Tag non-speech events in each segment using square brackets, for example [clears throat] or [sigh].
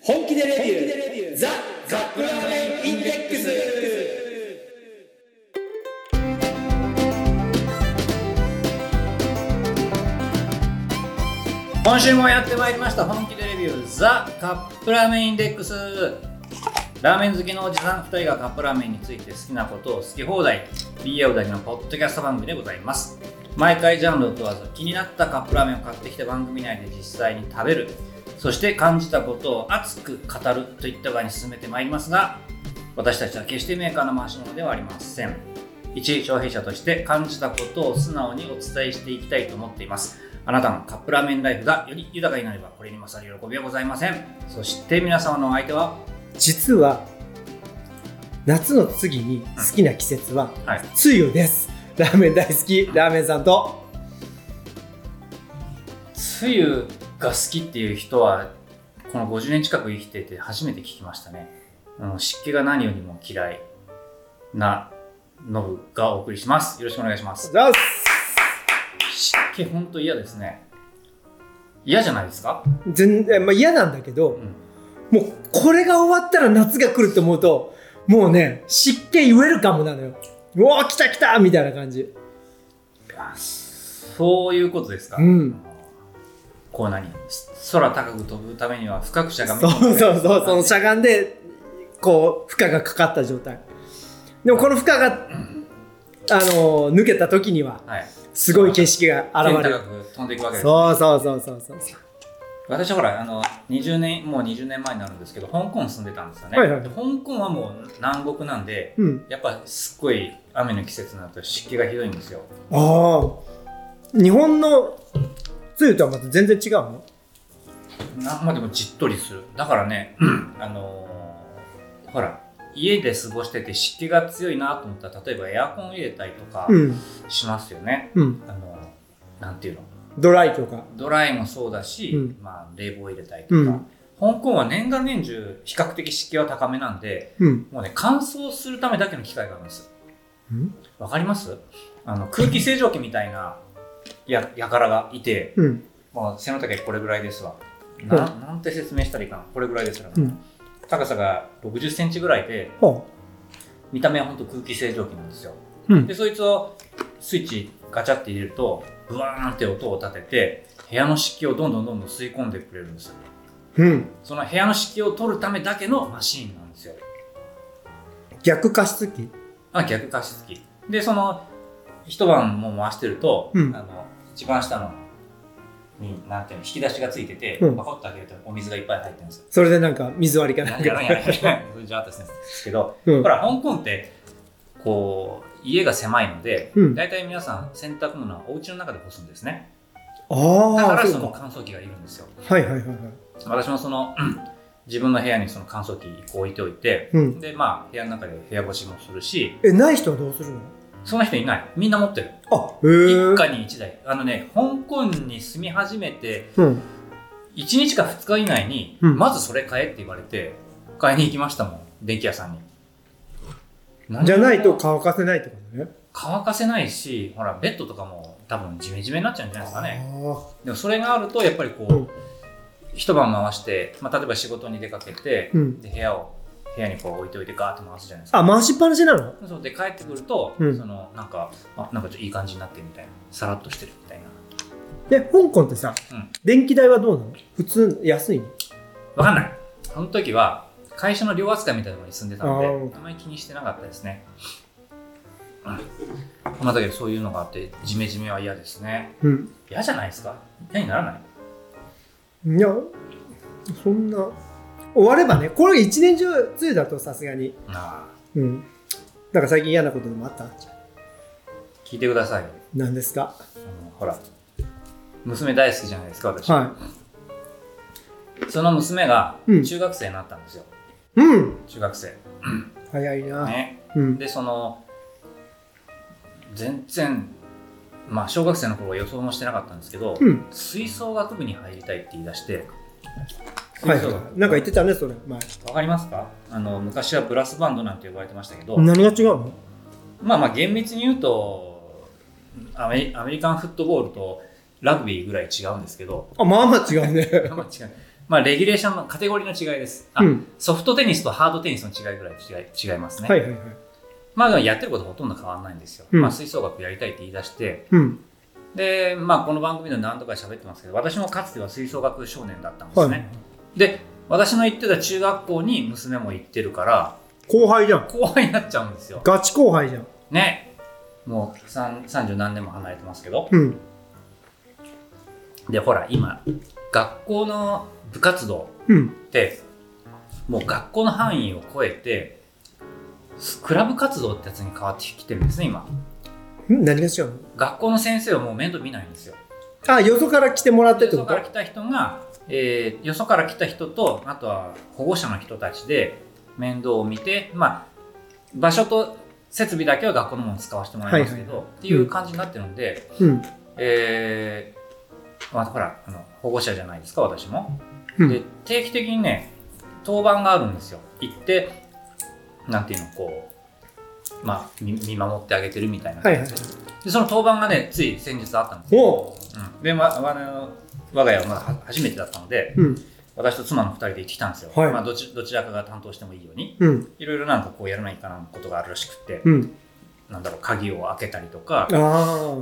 本気でレビューザ・カップラーメンインデックス今週もやってまいりました本気でレビューザ・カップラーメンインデックスラーメン好きのおじさん2人がカップラーメンについて好きなことを好き放題言い合うだけのポッドキャスト番組でございます毎回ジャンルを問わず気になったカップラーメンを買ってきて番組内で実際に食べるそして感じたことを熱く語るといった側に進めてまいりますが私たちは決してメーカーの回し物ではありません一消費者として感じたことを素直にお伝えしていきたいと思っていますあなたのカップラーメンライフがより豊かになればこれに勝る喜びはございませんそして皆様のお相手は実は夏の次に好きな季節ははい梅雨ですラーメン大好きラーメンさんと梅雨が好きっていう人はこの50年近く生きてて初めて聞きましたね、うん、湿気が何よりも嫌いなノブがお送りしますよろしくお願いしますラス湿気ほんと嫌ですね嫌じゃないですか、全然、まあ、嫌なんだけうどん、もうこれが終わったら夏が来ると思うともうね湿気ウェルカムなのようわ来た来たみたいな感じあそういうことですか、うんこう何空高く飛ぶためには不覚者がそうそうそうそのしゃがんでこう負荷がかかった状態でもこの負荷が、あの抜けた時にははい、すごい景色が現れ天る高く飛んでいくわけですそうそうそうそうそうそう私はほらあの20年もう20年前になるんですけど香港住んでたんですよね、はいはいはいで香港はもう南国なんでうん、やっぱすっごい雨の季節になると湿気がひどいんですよああ日本の梅雨とはまた全然違うのなまあでもじっとりするだからね、 [clears throat] あのーほら家で過ごしてて湿気が強いなと思ったら例えばエアコン入れたりとかうんしますよね、うんあのなんていうのドライとかドライもそうだし、うんまあ、冷房入れたりとか、うん香港は年がら年中比較的湿気は高めなんでうんもうね乾燥するためだけの機械があるんですうんわかりますあの空気清浄機みたいなややからがいて、うんまあ、背の高いこれぐらいですわな,、、うんなんて説明したらいいかなこれぐらいですわ、うん高さが6 0センチぐらいでほ見た目は本当空気清浄機なんですよううんでそいつをスイッチガチャって入れるとブワーンって音を立てて部屋の湿気をどんどんどんどん吸い込んでくれるんですようんその部屋の湿気を取るためだけのマシーンなんですよ逆加湿器あ逆加湿器でその一晩も回してると、うんあの一番下のになんていうの引き出しがついてて、うんパコッと開けるとお水がいっぱい入ってるんですよそれでなんか水割りかななんんやらかんやらんやらんそれじゃあ私ですけど、うんほら香港ってこう家が狭いので、うん大体皆さん洗濯物はお家の中で干すんですねだかあらあそそうのか乾燥機がいるんですよはいはいはいはい私もその、うん自分の部屋にその乾燥機こう置いておいてうんでまあ部屋の中で部屋干しもするしえない人はどうするのその人いないみんな持ってるあ一へ家に一台あのね香港に住み始めてえうん1日か2日以内に、うんまずそれ買えって言われて買いに行きましたもん電気屋さんに何じゃないと乾かせないってことね乾かせないしほらベッドとかも多分ジメジメになっちゃうんじゃないですかねあでもそれがあるとやっぱりこう、うん一晩回して、まあ、例えば仕事に出かけて、ーうんで部屋を部屋にこう置いておいてガーッと回すじゃないですかあ回しっぱなしなのそうで帰ってくると、うんそのなんかあなんかちょっといい感じになってるみたいなさらっとしてるみたいなで香港ってさ、うん電気代はどうなの普通安いのわかんない。その時は、会社の寮扱いみたいなところに住んでたのあで、ーあまり気にしてなかったですね。うんまあ、だけどそういうのがあって、ジメジメは嫌ですね。うん嫌じゃないですか嫌にならないいやそんな終わればねこれ一年中梅雨だとさすがにああうんなんか最近嫌なことでもあった聞いてくださいよ。何ですかあのほら、娘大好きじゃないですか、私。はその娘がうん中学生になったんですよ。いうん中学生。早いな、ね。うんで、その、全然、まあ、小学生の頃は予想もしてなかったんですけど、うん吹奏楽部に入りたいって言い出して、はい吹奏は楽いなんか言ってたねそれ前わかりますかあの昔はブラスバンドなんて呼ばれてましたけど、何が違うのまあまあ厳密に言うとアメ [laughs] リアメリカンフットボールとラグビーぐらい違うんですけど、あまあまあ違うねまあ違うまあ、レギュレーションのカテゴリーの違いです。あうんソフトテニスとハードテニスの違いぐらい違い違いますね。はいはいはい。まあ、でもやってることほとんど変わらないんですよ。うんまあ、吹奏楽やりたいって言い出して、うん。で、まあ、この番組でも何度か喋ってますけど、私もかつては吹奏楽少年だったんですはい。ね。で、私の行ってた中学校に娘も行ってるから、後輩じゃん。後輩になっちゃうんですよ。ガチ後輩じゃん。ね。もう三三十何年も離れてますけど。うん。で、ほら、今、学校の部活動うん。って、もう学校の範囲を超えて、クラブ活動ってやつに変わってきてるんですね、今。ん何が違うの学校の先生はもう面倒見ないんですよ。あ、よそから来てもらってっよてそこかとら来た人が、えーよそから来た人とあとは保護者の人たちで面倒を見て、まあ、場所と設備だけは学校のものに使わせてもらいますけど、っていう感じになってるんで、うん。えーまあ、ほらあの保護者じゃないですか私も、うんで定期的にね当番があるんですよ行ってなんていうのこうまあ見見守ってあげてるみたいな、はいはいはい。でその当番がねつい先日あったんですおううん、で、ま、わあの我が家はまだは初めてだったのでうん。私と妻の2人で行ってきたんですよ、はいまあ、どちどちらかが担当してもいいようにうん。いろいろなんかこうやらないかなことがあるらしくって、うん。なんだろう鍵を開けたりとかあああ。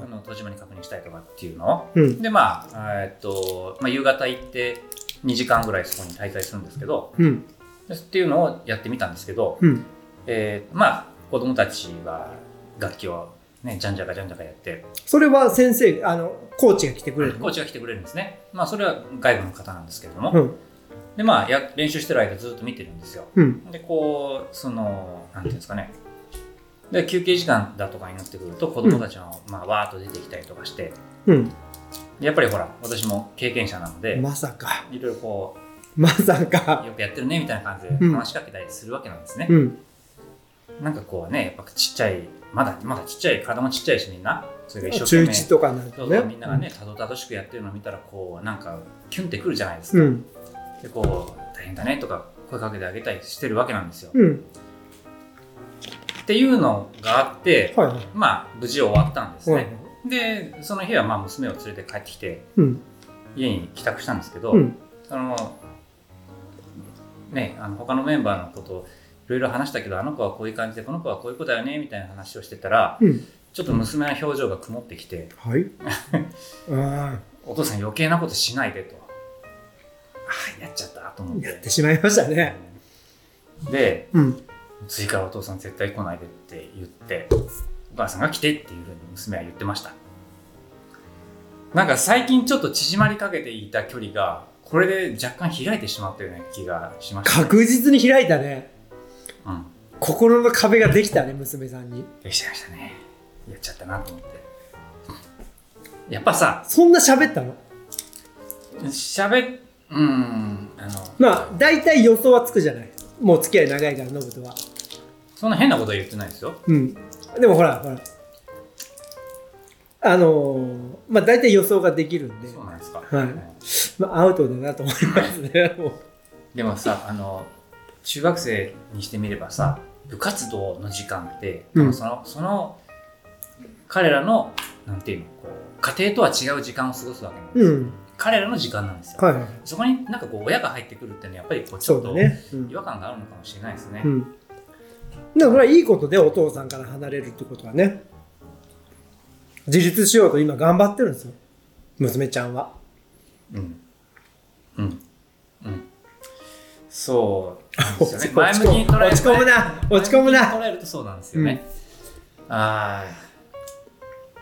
の戸締まり確認したりとかっていうのをうん。でまあえーっと、まあ、夕方行って2時間ぐらいそこに滞在するんですけどうん。でっていうのをやってみたんですけど、うん。えーまあ子供たちは楽器をねじゃんじゃかじゃんじゃかやってそれは先生、あの、コーチが来てくれるコのーチが来てくれるんですねまあそれは外部の方なんですけれども、うん。でまあや練習してる間ずっと見てるんですようん。でこうそのなんていうんですかねで休憩時間だとかになってくると子供たちが、まあ、わーっと出てきたりとかしてうん。でやっぱりほら私も経験者なのでまさか。いろいろこまさか。うよくやってるねみたいな感じでうん話しかけたりするわけなんですね、うん。なんかこうねやっぱちっちゃいまだまだちっちゃい体もちっちゃいしみんなそれが一中生懸命1とかなんそかうそね。うみんながねたどたどしくやってるのを見たらこうなんかキュンってくるじゃないですうか、ん。でこう大変だねとか声かけてあげたりしてるわけなんですよ、うん。っていうのがあって、はいはい。まあ、無事終わったんですはいね。で、その日はまあ娘を連れて帰ってきて、うん。家に帰宅したんですけど、うん。その、ね、あの他のメンバーのことをいろいろ話したけど、あの子はこういう感じで、この子はこういう子だよね、みたいな話をしてたら、うん。ちょっと娘の表情が曇ってきて、 [laughs] はい。あお父さん余計なことしないでと。ああ、やっちゃったと思っ。あ。やっててしまいましたね。で、うん。次からお父さん絶対来ないでって言ってお母さんが来てっていうふうに娘は言ってましたなんか最近ちょっと縮まりかけていた距離がこれで若干開いてしまったような気がしました、確実に開いたね。うん、心の壁ができたね、娘さんに。できちゃいましたねやっちゃったなと思ってやっぱさそんな喋ったのしゃべうんあのまあ、大体予想はつくじゃない。もう付き合い長いから、ノブとは。そんな変なことは言ってないですようん。でもほら、ほら。あのー、まあ大体予想ができるんで、そうなんですか、はいうんまあアウトだなと思います [laughs] ね。もうでもさあの中学生にしてみればさ部活動の時間って、うんそのその彼らのなんていうのこう家庭とは違う時間を過ごすわけなんです、うん。彼らの時間なんですよ、はいはい。そこになんかこう親が入ってくるっていうのはやっぱりこうちそょっうだとね。うん違和感があるのかもしれないですね、うん。だからこれはいいことでお父さんから離れるってことはね。自立しようと今頑張ってるんですよ。娘ちゃんは。うんうんうんそうなんですよね [laughs] 前落向ちき込むに捉える落ち込むな落ち込むな前向きに捉えるとそうなんですよね、ああ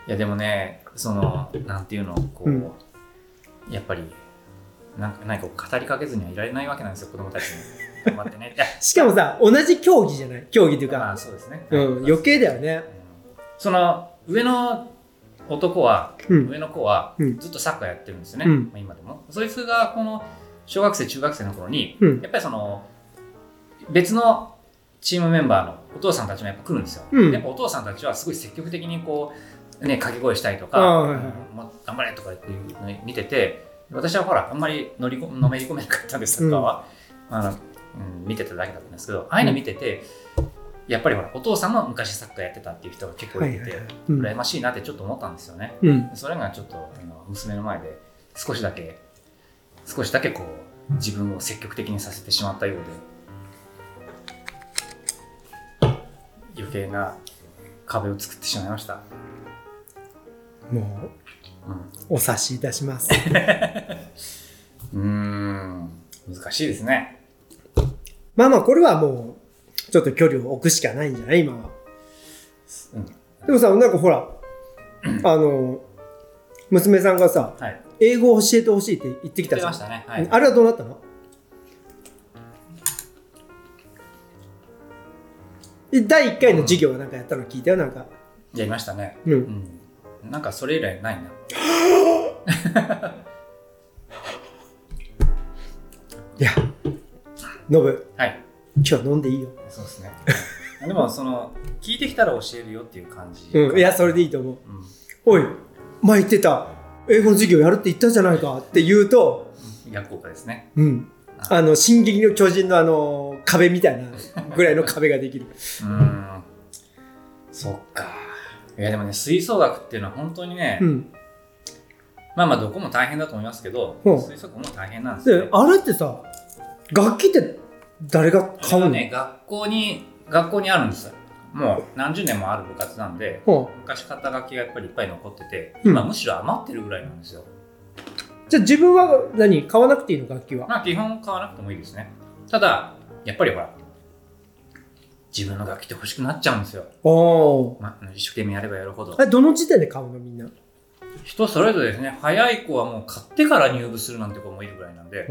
いやでもねそのなんていうのこう、うんやっぱりなんか何か語りかけずにはいられないわけなんですよ子供たちに頑張ってねいやしかもさ、同じ競技じゃない競技と [laughs] いうまあか、そうですね、うん、余計だよね。その上の男は、うん上の子はうんずっとサッカーやってるんですよね、うんまあ今でもそいつがこの小学生中学生の頃に、うんやっぱりその別のチームメンバーのお父さんたちもやっぱ来るんですよ、うんやっぱお父さんたちはすごい積極的にこうね掛け声したりとあか、あはいはいはいうんもう頑張れとかっていうの見てて私はほらあんまり乗りこのめり込めなかったんですサッカーは、あのうん、見てただけだったんですけどああいうの見てて、やっぱりほらお父さんも昔サッカーやってたっていう人が結構いてて、はいはいはいうん羨ましいなってちょっと思ったんですよねうん。それがちょっとあの娘の前で少しだけ少しだけこう自分を積極的にさせてしまったようで余計な壁を作ってしまいました、もうんうお察しいたします [laughs] うーん難しいですねまあまあこれはもうちょっと距離を置くしかないんじゃない今はうんでもさなんかほらあの娘さんがさはい英語を教えてほしいって言ってきた言っじてゃんましたねはいあれはどうなったので第1回の授業はなんかやったの聞いたよなんかやりましたねううんんなんかそれ以来ないないやノブはい今日は飲んでいいよそうですねでもその聞いてきたら教えるよっていう感じうんいやそれでいいと思ううんおい前言ってた英語の授業やるって言ったじゃないかって言うと逆効果ですねうんあの「進撃の巨人」のあの壁みたいなぐらいの壁がで [laughs] きるうーんそっかいやでもね吹奏楽っていうのは本当にね、うんまあまあどこも大変だと思いますけど、うん吹奏楽も大変なんですよ、でね、あれってさ楽器って誰が買うあれのはね学校に学校にあるんですよもう何十年もある部活なんでうん昔買った楽器がやっぱりいっぱい残ってて、うん今むしろ余ってるぐらいなんですよじゃあ自分は何買わなくていいの楽器はまあ基本買わなくてもいいですねただやっぱりほら自分の楽器って欲しくなっちゃうんですよ、おまあ、一生懸命やればやるほどあどの時点で買うのみんな人それぞれですね早い子はもう買ってから入部するなんて子もいるぐらいなんで、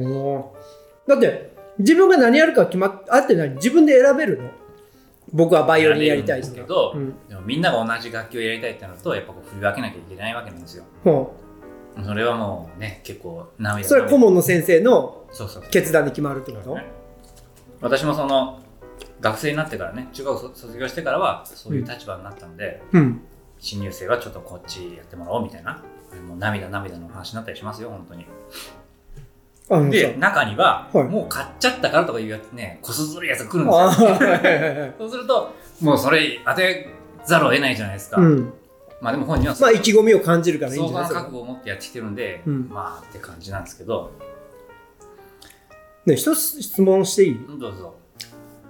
だって自分が何やるか決まっあって何自分で選べるの僕はバイオリンやりたい選とべるんですかうんけどでもみんなが同じ楽器をやりたいってなるとやっぱこう振り分けなきゃいけないわけなんですよほそれはもうね結構う涙それは顧問の先生のそうそうそう決断で決まるってこと、ね私もその学生になってからね中学卒卒業してからはそういう立場になったんで、うん新入生はちょっとこっちやってもらおうみたいなもう涙涙の話になったりしますよ本当にあので中には、はいもう買っちゃったからとかいうやつねこすずるやつが来るんですよあーはいはい [laughs] はいそうすると、もうそれ当てざるを得ないじゃないですか。うんまあでも本人はそまあう意気込みを感じるからいいん相じゃないで場す覚か、悟を持ってやってきてるんで、うんまあって感じなんですけど、ね、一つ質問していいどうぞ。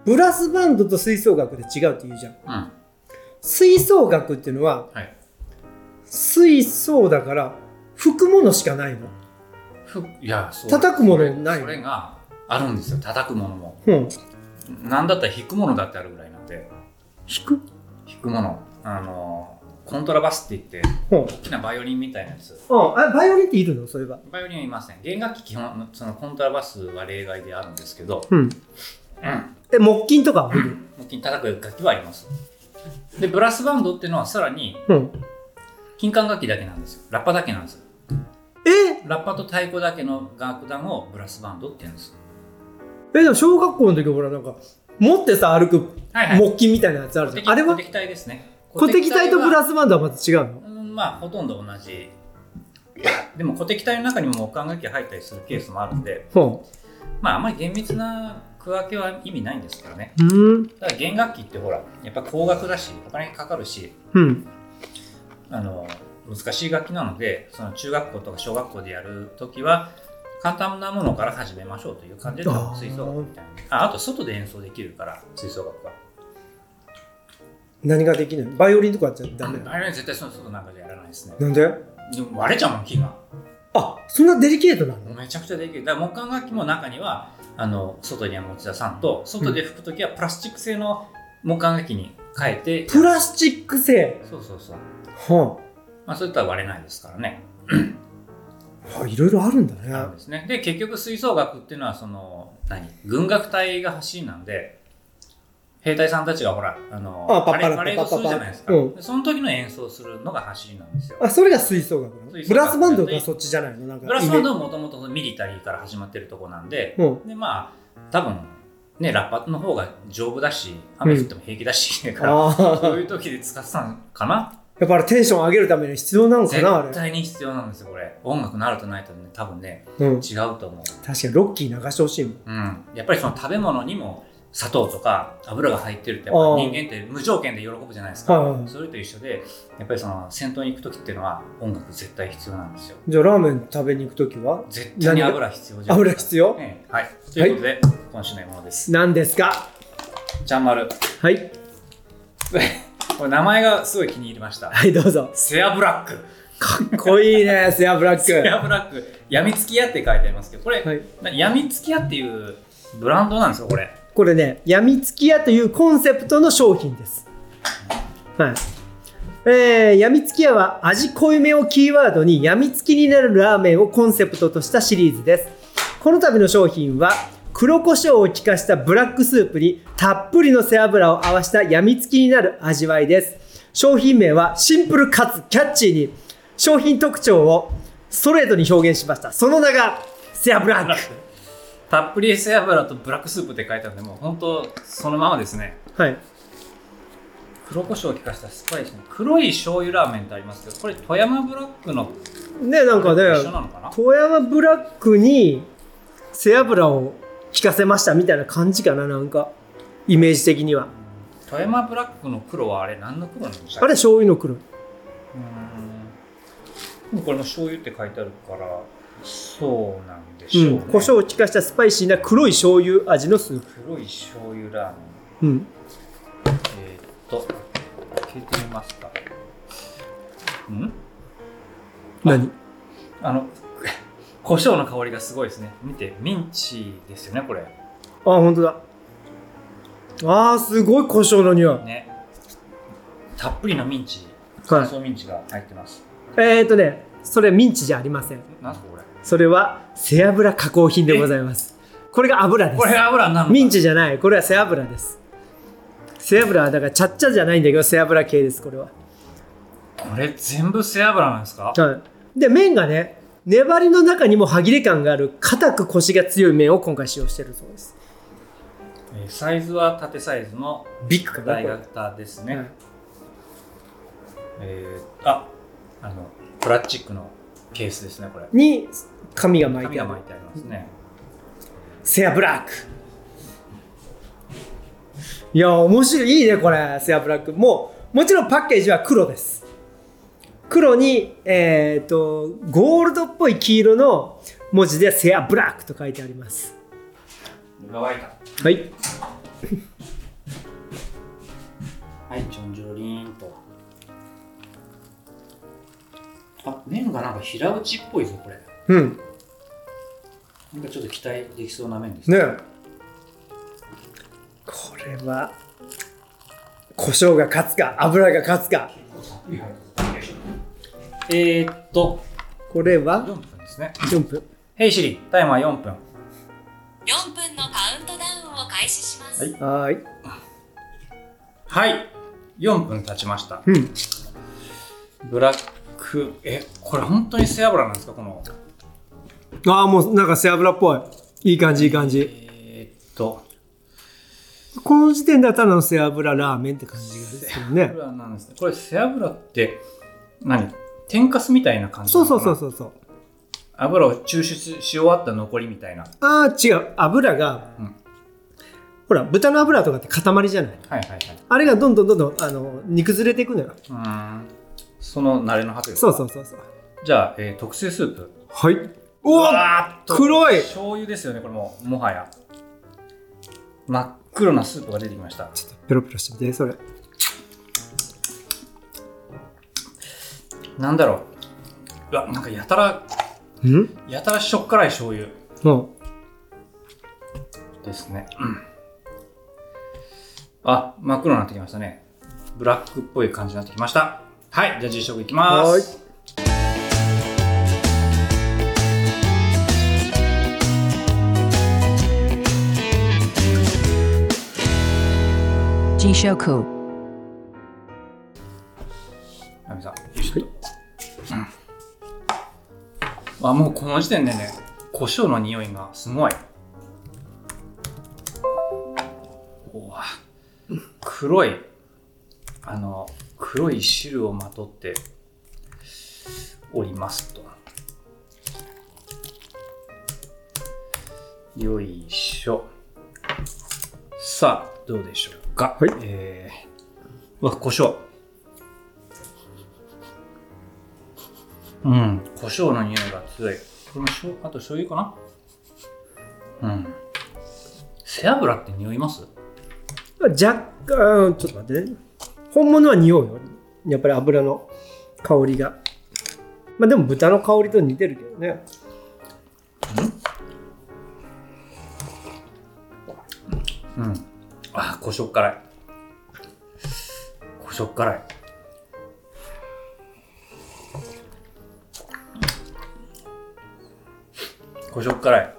ブラスバンドと吹奏楽で違うって言うじゃんうん。吹奏楽っていうのははい。吹奏だから吹くものしかないのふいや、そう。叩くものないそれがあるんですよ、叩くものも。うんなんだったら弾くものだってあるぐらいなんで、弾く弾くもの。あの、コントラバスって言って、うん大きなバイオリンみたいなやつ。うんあバイオリンっているのそういえばバイオリンはいません。弦楽器基本、そのコントラバスは例外であるんですけど、うんうん。え木琴とかは吹く本当に叩く楽器はあります。で、ブラスバンドっていうのはさらにうん金管楽器だけなんですよ。ラッパだけなんですよ。えラッパと太鼓だけの楽団をブラスバンドって言うんです。えでも小学校の時ほらなんか持ってさ歩くはいはい。木琴みたいなやつあるじゃんあれはは古敵隊ですね。小敵隊とブスラスバンドはまた違うのうん、まあ、ほとんど同じ。でも、古敵隊の中にも木管楽器が入ったりするケースもあるんで、ほまあ、あまり厳密な区分けは意味ないんですからね。ううんただ弦楽器ってほら、やっぱ高額だし、お金かかるし、うんあの難しい楽器なのでその中学校とか小学校でやるときは簡単なものから始めましょうという感じであー吹奏楽みたいなああと外で演奏できるから吹奏楽は何ができないのバイオリンとかやっちゃダあメれは絶対その外なんかじゃやらないですねなんででも割れちゃうもん木があそんなデリケートなのめちゃくちゃできるだから木管楽器も中にはあの外には持ち出さんと外で吹くときはプラスチック製の木管楽器に変えてプラスチック製そうそうそうはまあそういったら割れないですからねあいろいろあるんだあるんねですね。で、結局吹奏楽っていうのは、その、何軍楽隊が走りなんで、兵隊さんたちがほら、あの、あパッパパレラパレードするじゃないですパか。ッパうんでその時の演奏するのが走りなんですよ。あそれが吹奏楽なの吹奏ブ楽ラスバンドがそっちじゃないのなんかブラスバンイドはもともとミリタリーから始まってるとこなんで、メージで、まあ、多分、ね、ラッパの方が丈夫だし、雨降っても平気だし、うんから、あーそういう時で使ってたのかなやっぱあれテンション上げるために必要なのか絶なあれ、対に必要なんですよ、これ。音楽なるとないとね、多分ね、うん、違うと思う。確かにロッキー流してほしいもんうん、やっぱりその食べ物にも砂糖とか油が入ってるってやあーっぱ人間って無条件で喜ぶじゃないですはいはいかはいそれと一緒でやっぱりその戦闘に行く時っていうのは音楽絶対必要なんですよじゃあラーメン食べに行く時は絶対に油必要じゃない油ですか必要ええはいということで、今週の獲物です何ですかちゃんまるはい [laughs] これ名前がすごい気に入りましたはいどうぞセアブラックかっこいいねセアブラッセクアブラックやみつき屋って書いてありますけどこれ、はいなやみつき屋っていうブランドなんですよこれこれねやみつき屋というコンセプトの商品ですはいえー、やみつき屋は味濃いめをキーワードにやみつきになるラーメンをコンセプトとしたシリーズですこの度の商品は黒胡椒を効かしたブラックスープにたっぷりの背脂を合わせたやみつきになる味わいです商品名はシンプルかつキャッチーに商品特徴をストレートに表現しましたその名が背脂ラックたっぷり背脂とブラックスープって書いてあるんでもう本当そのままですねはい黒胡椒を効かしたスパイスの黒い醤油ラーメンってありますけどこれ富山ブラックのねなんかね一緒なのかな富山ブラックに背脂を効かせましたみたいな感じかななんかイメージ的には富山ブラックの黒はあれ何の黒なんでしたあれっけ醤油の黒うーんでもこれも醤油って書いてあるからそうなんでしうょう、ねん、胡椒を効かしたスパイシーな黒い醤油味のスープ、黒い醤油ラーメンうん、えー、っと、聞いてみますか。ん何あの、 [laughs] 胡椒の香りがすごいですね。見て、ミンチですよね、これ。あ本当だあーすごい胡椒の匂いね。たっぷりのミンチ、乾はい燥ミンチが入ってます。えっ、ー、とねそれミンチじゃありませんなんすか、これ。それは背脂加工品でございますこれが油ですこれ油になるのかミンチじゃないこれは背脂です背脂はだからちゃっちゃじゃないんだけど背脂系ですこれはこれ全部背脂なんですかはい、で麺がね粘りの中にも歯切れ感がある硬くコシが強い麺を今回使用してるそうですえーサイズは縦サイズのビッグかな大こ型ですれ、ね。はいえー、あ、あの、プラスチックのケースですね、これ。に紙が巻い紙てあがる巻いてありますね。セアブラックいや面白いいいねこれセアブラックもうもちろんパッケージは黒です黒にえっ、とゴールドっぽい黄色の文字でセアブラックと書いてあります乾いた。はいはい、ちょんじょりーんと。あ、麺がなんか平打ちっぽいぞ、これ。うんなんかちょっと期待できそうな麺ですねえこれは胡椒が勝つか油が勝つかえー、っと、これは4分ですね。 4分ヘイシリ、タイマー4分。 4分のカウントダウンを開始します、はいはーいはい、4分経ちました。うんブラック、え、これ本当に背脂なんですか、この。ああもうなんか背脂っぽいいい感じいい感じえー、っと、この時点ではただの背脂ラーメンって感じがですけど背ね脂なんですね。これ背脂って、何天かすみたいな感じそうそうそうう。そうそう油を抽出し終わった残りみたいな。ああ違う油が、うんほら豚の油とかって塊じゃないはいはいはい。あれがどんどんどんどんあの煮崩れていくのようーんその慣れの果てですそうそうそうそうじゃあ、えー特製スープはいおおわーっと黒い醤油ですよねこれもうもはや真っ黒なスープが出てきましたペロペロしてみてそれなんだろううわなんかやたらうんやたらしょっからい醤油うんですね、うんあ真っ黒になってきましたねブラックっぽい感じになってきましたはいじゃあ実食いきますはいナミさん、ちょっと。あ、もうこの時点でね、胡椒の匂いがすごい。おわ黒い、あの、黒い汁をまとっておりますと。よいしょ。さあ、どうでしょうか。はいえー、うわ、胡椒。うん、胡椒の匂いが強い。これもしょうあと醤油かなうん。背脂って匂います若干ちょっと待ってね本物は匂うよやっぱり油の香りがまあでも豚の香りと似てるけどねうん。あ、胡椒辛い。胡椒辛い。胡椒辛い。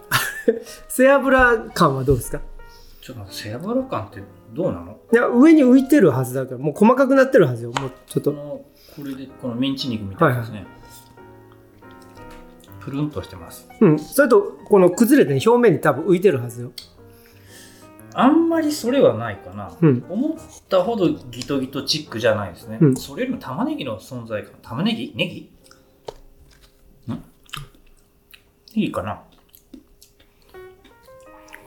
背脂感はどうですかちょっと待って、背脂感ってどうなのいや上に浮いてるはずだからもう細かくなってるはずよもうちょっことの、これで、このミンチ肉みたいなですね。プルンとしてます。うんそれとこの崩れてね表面に多分浮いてるはずよあんまりそれはないかな。うん思ったほどギトギトチックじゃないですね。うんそれよりも玉ねぎの存在感。玉ねぎネギんネギかな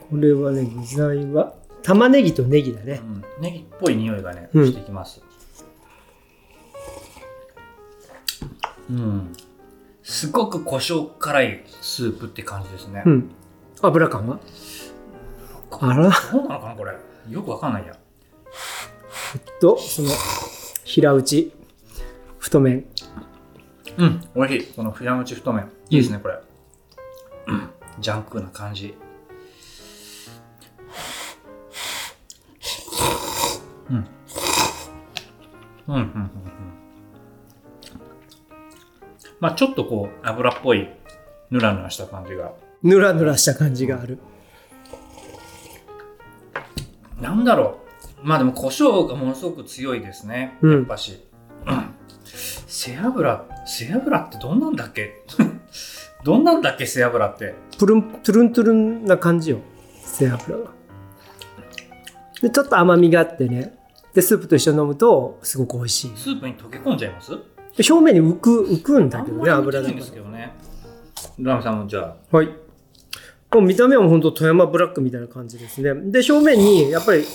これはね具材は玉ねぎとネギだうねん、ネギっぽい匂いがね、うんしてきます。うん。すごく胡椒辛いスープって感じですね。うん油感はあらどうなのかな、これ。よくわかんないや。とその平打ち太麺うん、美味しい。この平打ち太麺。いいですね、これ。うんジャンクな感じ。うん。うん、うん、うん。うんまあちょっとこう、油っぽい、ぬらぬらした感じが。ぬらぬらした感じがあるなんだろう。まあでも、胡椒がものすごく強いですね。うんやっぱし。うん背脂、背脂ってどんなんだっけ [laughs] どんなんだっけ、背脂って。プルントゥルントゥルンな感じよ背脂がでちょっと甘みがあってねでスープと一緒に飲むとすごく美味しいスープに溶け込んじゃいますで表面に浮く浮くんだけどねあんまり油見だてないんかですけどね。ラミさんもじゃあ。らはいもう見た目は本当富山ブラックみたいな感じですねで表面にやっぱり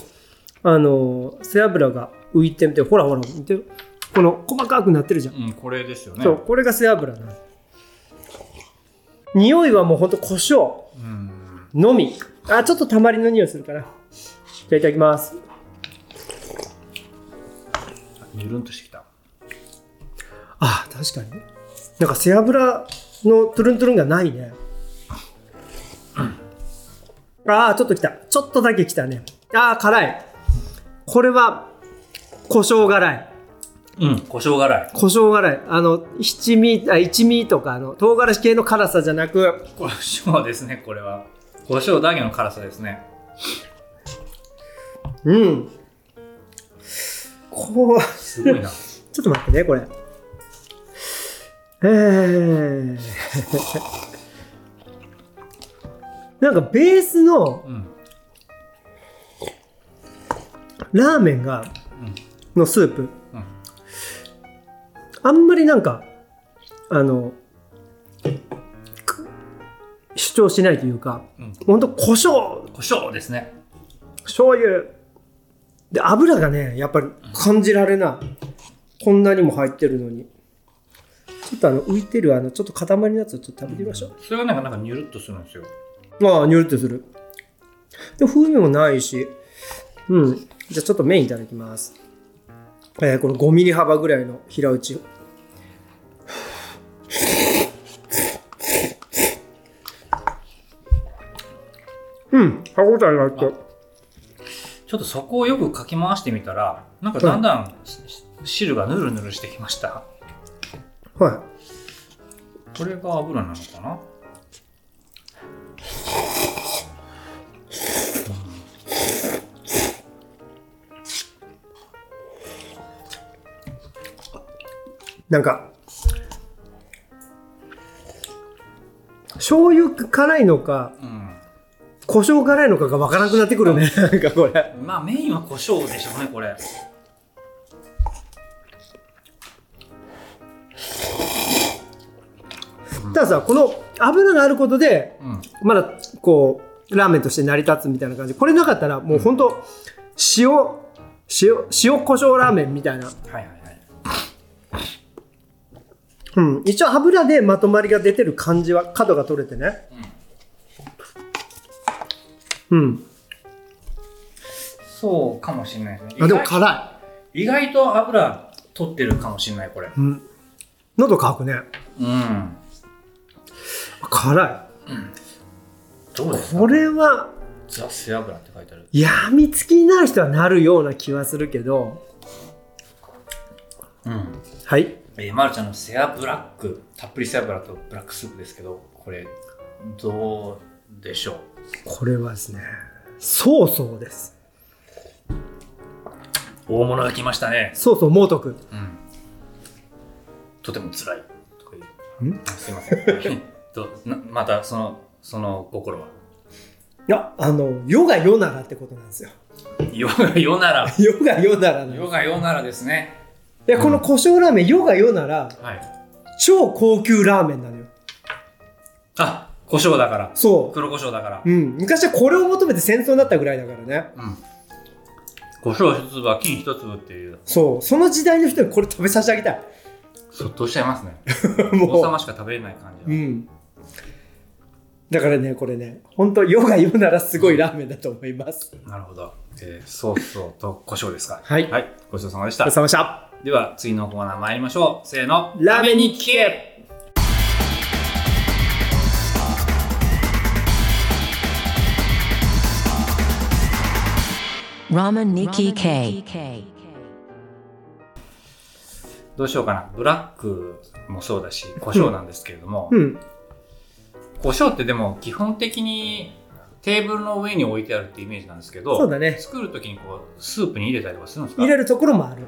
あの背脂が浮いてみてほらほら見てこの細かくなってるじゃんうん、これですよね。そうこれが背脂なの匂いはもうほんと胡椒うん。のみあちょっとたまりの匂いするかなじゃあいただきますゆるんとしてきた。あ確かになんか背脂のトゥルントゥルンがないねあーちょっときたちょっとだけきたねあー辛いこれは胡椒辛いうん、胡椒辛い。胡椒辛いあの七味あ一味とかあの唐辛子系の辛さじゃなく胡椒ですね、これは。胡椒だけの辛さですね。うんこうすごいな。ちょっと待ってね、これ。え [laughs] ー、なんかベースの [laughs] うん。ラーメンが、のスープ、うんあんまりなんか、あの、く主張しないというか、うんほんと胡椒、胡椒ですね。醤油、で、油がね、やっぱり感じられない。こんなにも入ってるのに。ちょっとあの浮いてるあのちょっと塊のやつをちょっと食べてみましょう。それがなんか、なんかニュルっとするんですよ。ああ、ニュルってする。で、風味もないし。うん。じゃあちょっと麺いただきます。えーこの5ミリ幅ぐらいの平打ちを。うん、歯応えがあって。ちょっとそこをよくかき回してみたら、なんかだんだんし汁がヌルヌルしてきました。はこれが油なのかな、い。なんか、醤油辛いのか、うん、胡椒辛いのかがわからなくなってくるね。なんかこれ。まあメインは胡椒でしょうねこれたださ、この油があることで、うんまだこうラーメンとして成り立つみたいな感じこれなかったらもう本当塩塩塩コショウラーメンみたいな、はいはいはいうん、一応油でまとまりが出てる感じは角が取れてねうん、そうかもしれないですねあ意でも外辛意外と油取ってるかもしれないこれい、うん、喉乾くねうん辛どうですいこれはザ・背脂って書いてあるやみつきになる人はなるような気はするけどうんはいえー、まるちゃんのセアブラックたっぷりセアブラとブラックスープですけどこれどうでしょこれはですねそうそうですう大物が来ましたねそうそう猛徳うんとても辛いとか言うんすいませ [laughs] んとなまたそのその心はいやあの世が世ならってことなんですよ [laughs] 世が [laughs] 世なら世が世ならなんです世が世ならですねいやこの胡椒ラーメン世が世ならはい超高級ラーメンなのよあ胡椒だからそ黒胡椒だからう、うん、昔はこれを求めて戦争になったぐらいだからねうん胡椒一粒は金一粒っていうそうその時代の人にこれ食べさせてあげたいそっとしちゃいますね [laughs] 王も様しか食べれない感じう、うん、だからねこれね本当世が世ならすごいラーメンだと思いますなるほど。えー、ソースと胡椒ですか。はいはい。ごちそうさまでしお疲たれ。様でしたでは、次のコーナー参りましょう。せーの。ラーメンに聞けラムニキ K どうしようかな。ブラックもそうだし、胡椒なんですけれども、うん胡椒ってでも基本的にテーブルの上に置いてあるってイメージなんですけど、そうだね作るときにこう、スープに入れたりとかするんですか入れるところもある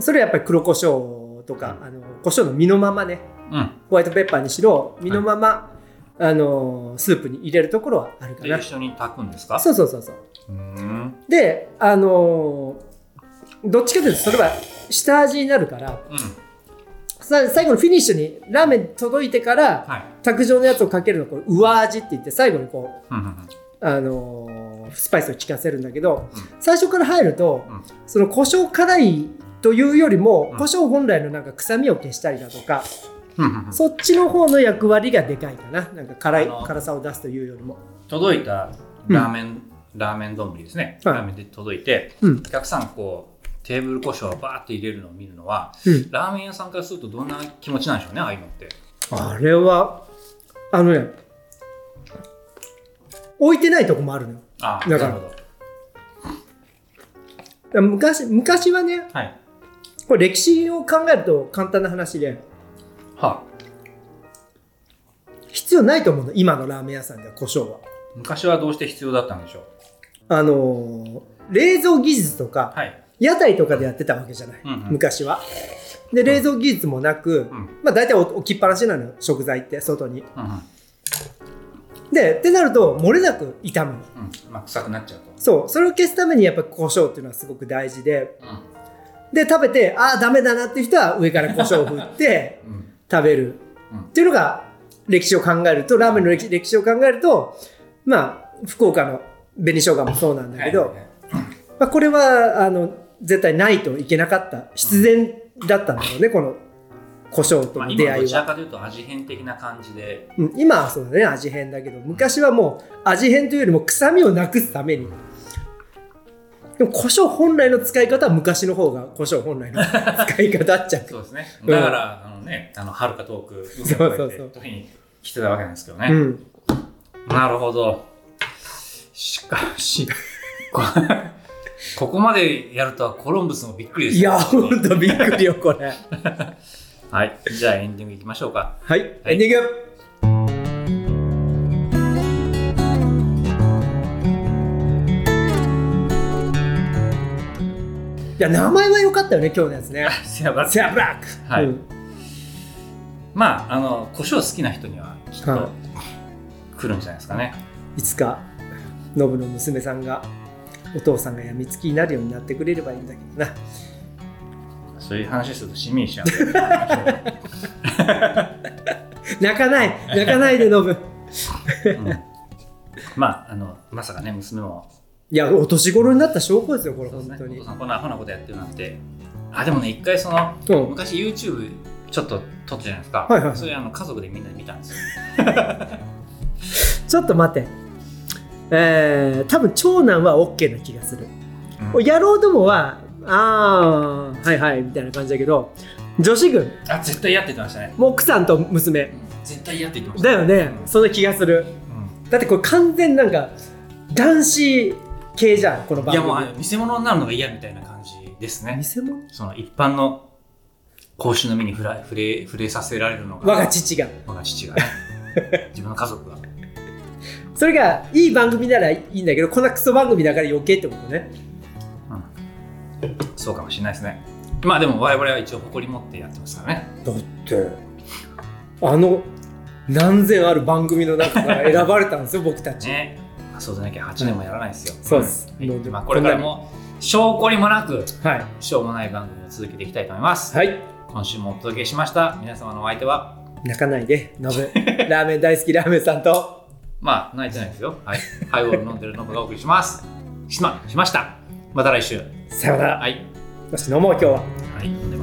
それはやっぱり黒胡椒とか、あの胡椒の身のままねうん。ホワイトペッパーにしろ身のまま、あのスープに入れるところはあるかで、な一緒に炊くんですかそうそうそうそううーん。であのーどっちかというとそれは下味になるからうん。さ最後のフィニッシュにラーメン届いてからはい。卓上のやつをかけるのをこう上味って言って最後にこうんうんうんう、あのースパイスを効かせるんだけど、う最初から入ると、うんその胡椒辛いというよりも、うん胡椒本来のなんか臭みを消したりだとか、うんうんうんそっちの方の役割がでかいかななんか辛いあの辛さを出すというよりも届いたラーメン、ラーメン丼ですね、はいラーメンで届いて、うんお客さんこうテーブル胡椒をバーって入れるのを見るのは、うんラーメン屋さんからするとどんな気持ちなんでしょうねああいうのってあれはあのね置いてないとこもあるのよああなだるからほど昔昔はねはいこれ歴史を考えると簡単な話ではあ必要ないと思うの今のラーメン屋さんでは胡椒は昔はどうして必要だったんでしょうあのー冷蔵技術とかはい屋台とかでやってたわけじゃない、うんうん昔はで冷蔵技術もなく、うんうんまあ大体置きっぱなしなのよ食材って外にうん、うんでってなると漏れなく炒むのまあ、臭くなっちゃうとそうそれを消すためにやっぱ胡椒っていうのはすごく大事でうで食べてああダメだなっていう人は上から胡椒を振って [laughs] んうん食べるうんっていうのが歴史を考えるとラーメンの歴史歴史を考えるとまあ福岡の紅生姜もそうなんだけど、はいはいはいまあ、これはあの絶対ないといけなかった必然だったんだろうね、この胡椒とまあ、の出今会どいちらは、かというと味変的な感じでうん、今はそうだね味変だけど昔はもう味変というよりも臭みをなくすためにでも胡椒本来の使い方は昔の方が胡椒本来の使い方っちゃう [laughs] そうですねうんだから、あのねあのはるか遠くそうそうそう時に来てたわけなんですけどね、うん、なるほど。しかし、こ [laughs] ここまでやるとはコロンブスもびっくりですいよやほんとびっくりよこれはい。じゃあエンディングいきましょうか。はいエンディングいや名前は良かったよね今日のやつねせやばセアブラックはい。うんまあ、あの、胡椒好きな人にはきっはと来るんじゃないですかね。いつかノブの娘さんがお父さんがやみつきになるようになってくれればいいんだけどなそういう話するとしみにしちゃうんで。泣かない泣かないでノブ [laughs] うんまあ、あの、まさかね、娘も、いや、お年頃になった証拠ですよ、これ、そうです本ね、当おに父。さんこんなアホなことやってるなんて。あ、でもね、一回その、うん昔 YouTube ちょっと撮ったじゃないですか。はいはいはいそれあの家族でみんなで見たんですよ。ちょっと待って。えー、多分長男は OK な気がする。うん野郎どもは、あー、はいはい、みたいな感じだけど、女子軍、あ、絶対嫌って言ってましたね。もう奥さんと娘。絶対嫌って言ってましただよね、そんな気がする。うんだってこれ完全なんか、男子系じゃん、このい番やもうあ組。の見せ物になるのが嫌みたいな感じですね見せ物その一般の公衆の目に触ら触れ触れさせられるのが我が父が。我が父がね [laughs] 自分の家族がそれが、いい番組ならいいんだけど、こんなクソ番組だから余計ってことね。そうかもしれないですねまあでも我々は一応誇り持ってやってますからねだってあの何千ある番組の中から選ばれたん [laughs] ですよ僕たち、ねそうでなきゃ8年もやらないですよ、そうですはいもうでもまあ、これからも証拠にもなくはいしょうもない番組を続けていきたいと思います、はい今週もお届けしました皆様のお相手は泣かないでノブラーメン大好きラーメンさんとまあ、泣いてないですよ。はい。ハイボール飲んでるのがお送りします。しま、しました。また来週。さよなら、はい。よし飲もう今日ははい。お願いします